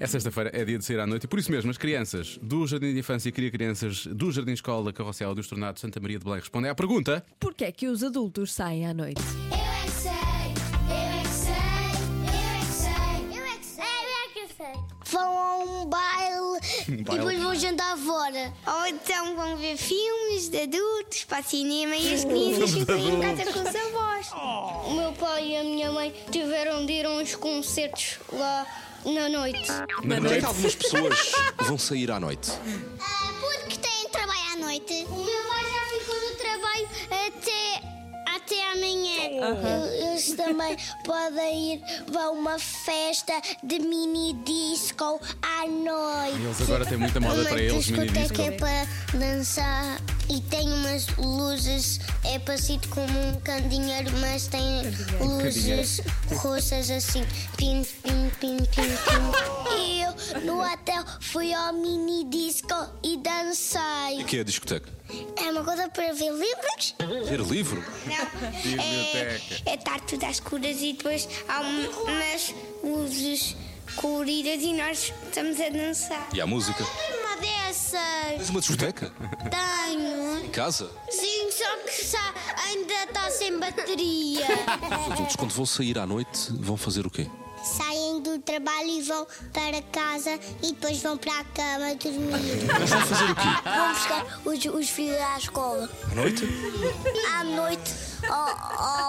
É sexta-feira, é dia de sair à noite e por isso mesmo as crianças do Jardim de Infância e Cria Crianças do Jardim Escola Carrossel do Estornado Santa Maria de Belém respondem à pergunta. Porquê é que os adultos saem à noite? Eu é que sei, eu é que sei, eu é que sei, eu é que sei, eu é que sei. Vão a um baile, Um baile. e depois vão jantar fora. Ou então vão ver filmes de adultos para cinema e as crianças ficam em casa com os avós. Oh. O meu pai e a minha mãe tiveram de ir a uns concertos lá na noite. Na Porquê é que algumas pessoas vão sair à noite? Eh, porque têm trabalho à noite. O meu pai já ficou no trabalho até, até amanhã. Eles também podem ir para uma festa de mini disco à noite. Eles agora têm muita moda uma para eles, mini discoteca é disco. para dançar e tem umas luzes, é parecido com um candeeiro, mas tem luzes roxas assim, pim, pim, pim, pim, pim. E eu no hotel fui ao mini disco e dancei. O que é a discoteca? É uma coisa para ver livros? Ver livro? Não. É, é estar tudo às escuras e depois há um- umas luzes coloridas e nós estamos a dançar. E há música? Tenho uma dessas. Tens uma discoteca? Tenho. Em casa? Sim, só que já ainda está sem bateria. Os adultos, quando vão sair à noite, vão fazer o quê? Saem do trabalho e vão para casa e depois vão para a cama dormir. Mas vão fazer o quê? vão buscar os, os filhos à escola. À noite? À noite ou,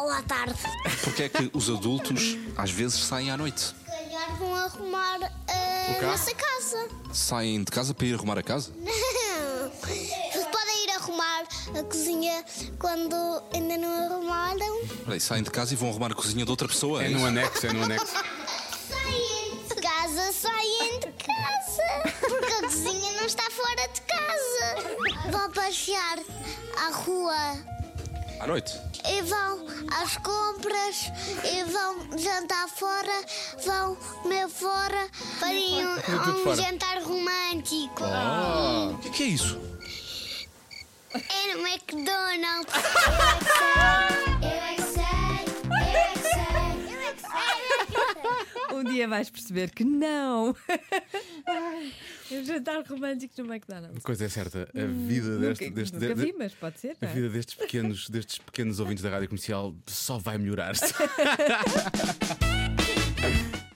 ou à tarde. Porquê é que os adultos, às vezes, saem à noite? calhar vão arrumar O a carro? nossa casa. Saem de casa para ir arrumar a casa? Não. Vocês podem ir arrumar a cozinha quando ainda não arrumaram. Peraí, saem de casa e vão arrumar a cozinha de outra pessoa? É é no isso? anexo, é no anexo. Saem de casa, saem de casa. Porque a cozinha não está fora de casa. Vão passear à rua. À noite? E vão às compras, e vão jantar fora, vão comer fora, fazem um, tudo um fora. jantar romântico. O que é que é isso? É no McDonald's. Eu é que sei, eu é que sei, eu é que sei, eu é que sei. Um dia vais perceber que não. É um jantar romântico no McDonald's. Uma coisa é certa, a vida deste, Hum, nunca deste, nunca de- vi, mas pode ser, a não é? vida destes pequenos, destes pequenos ouvintes da rádio comercial só vai melhorar.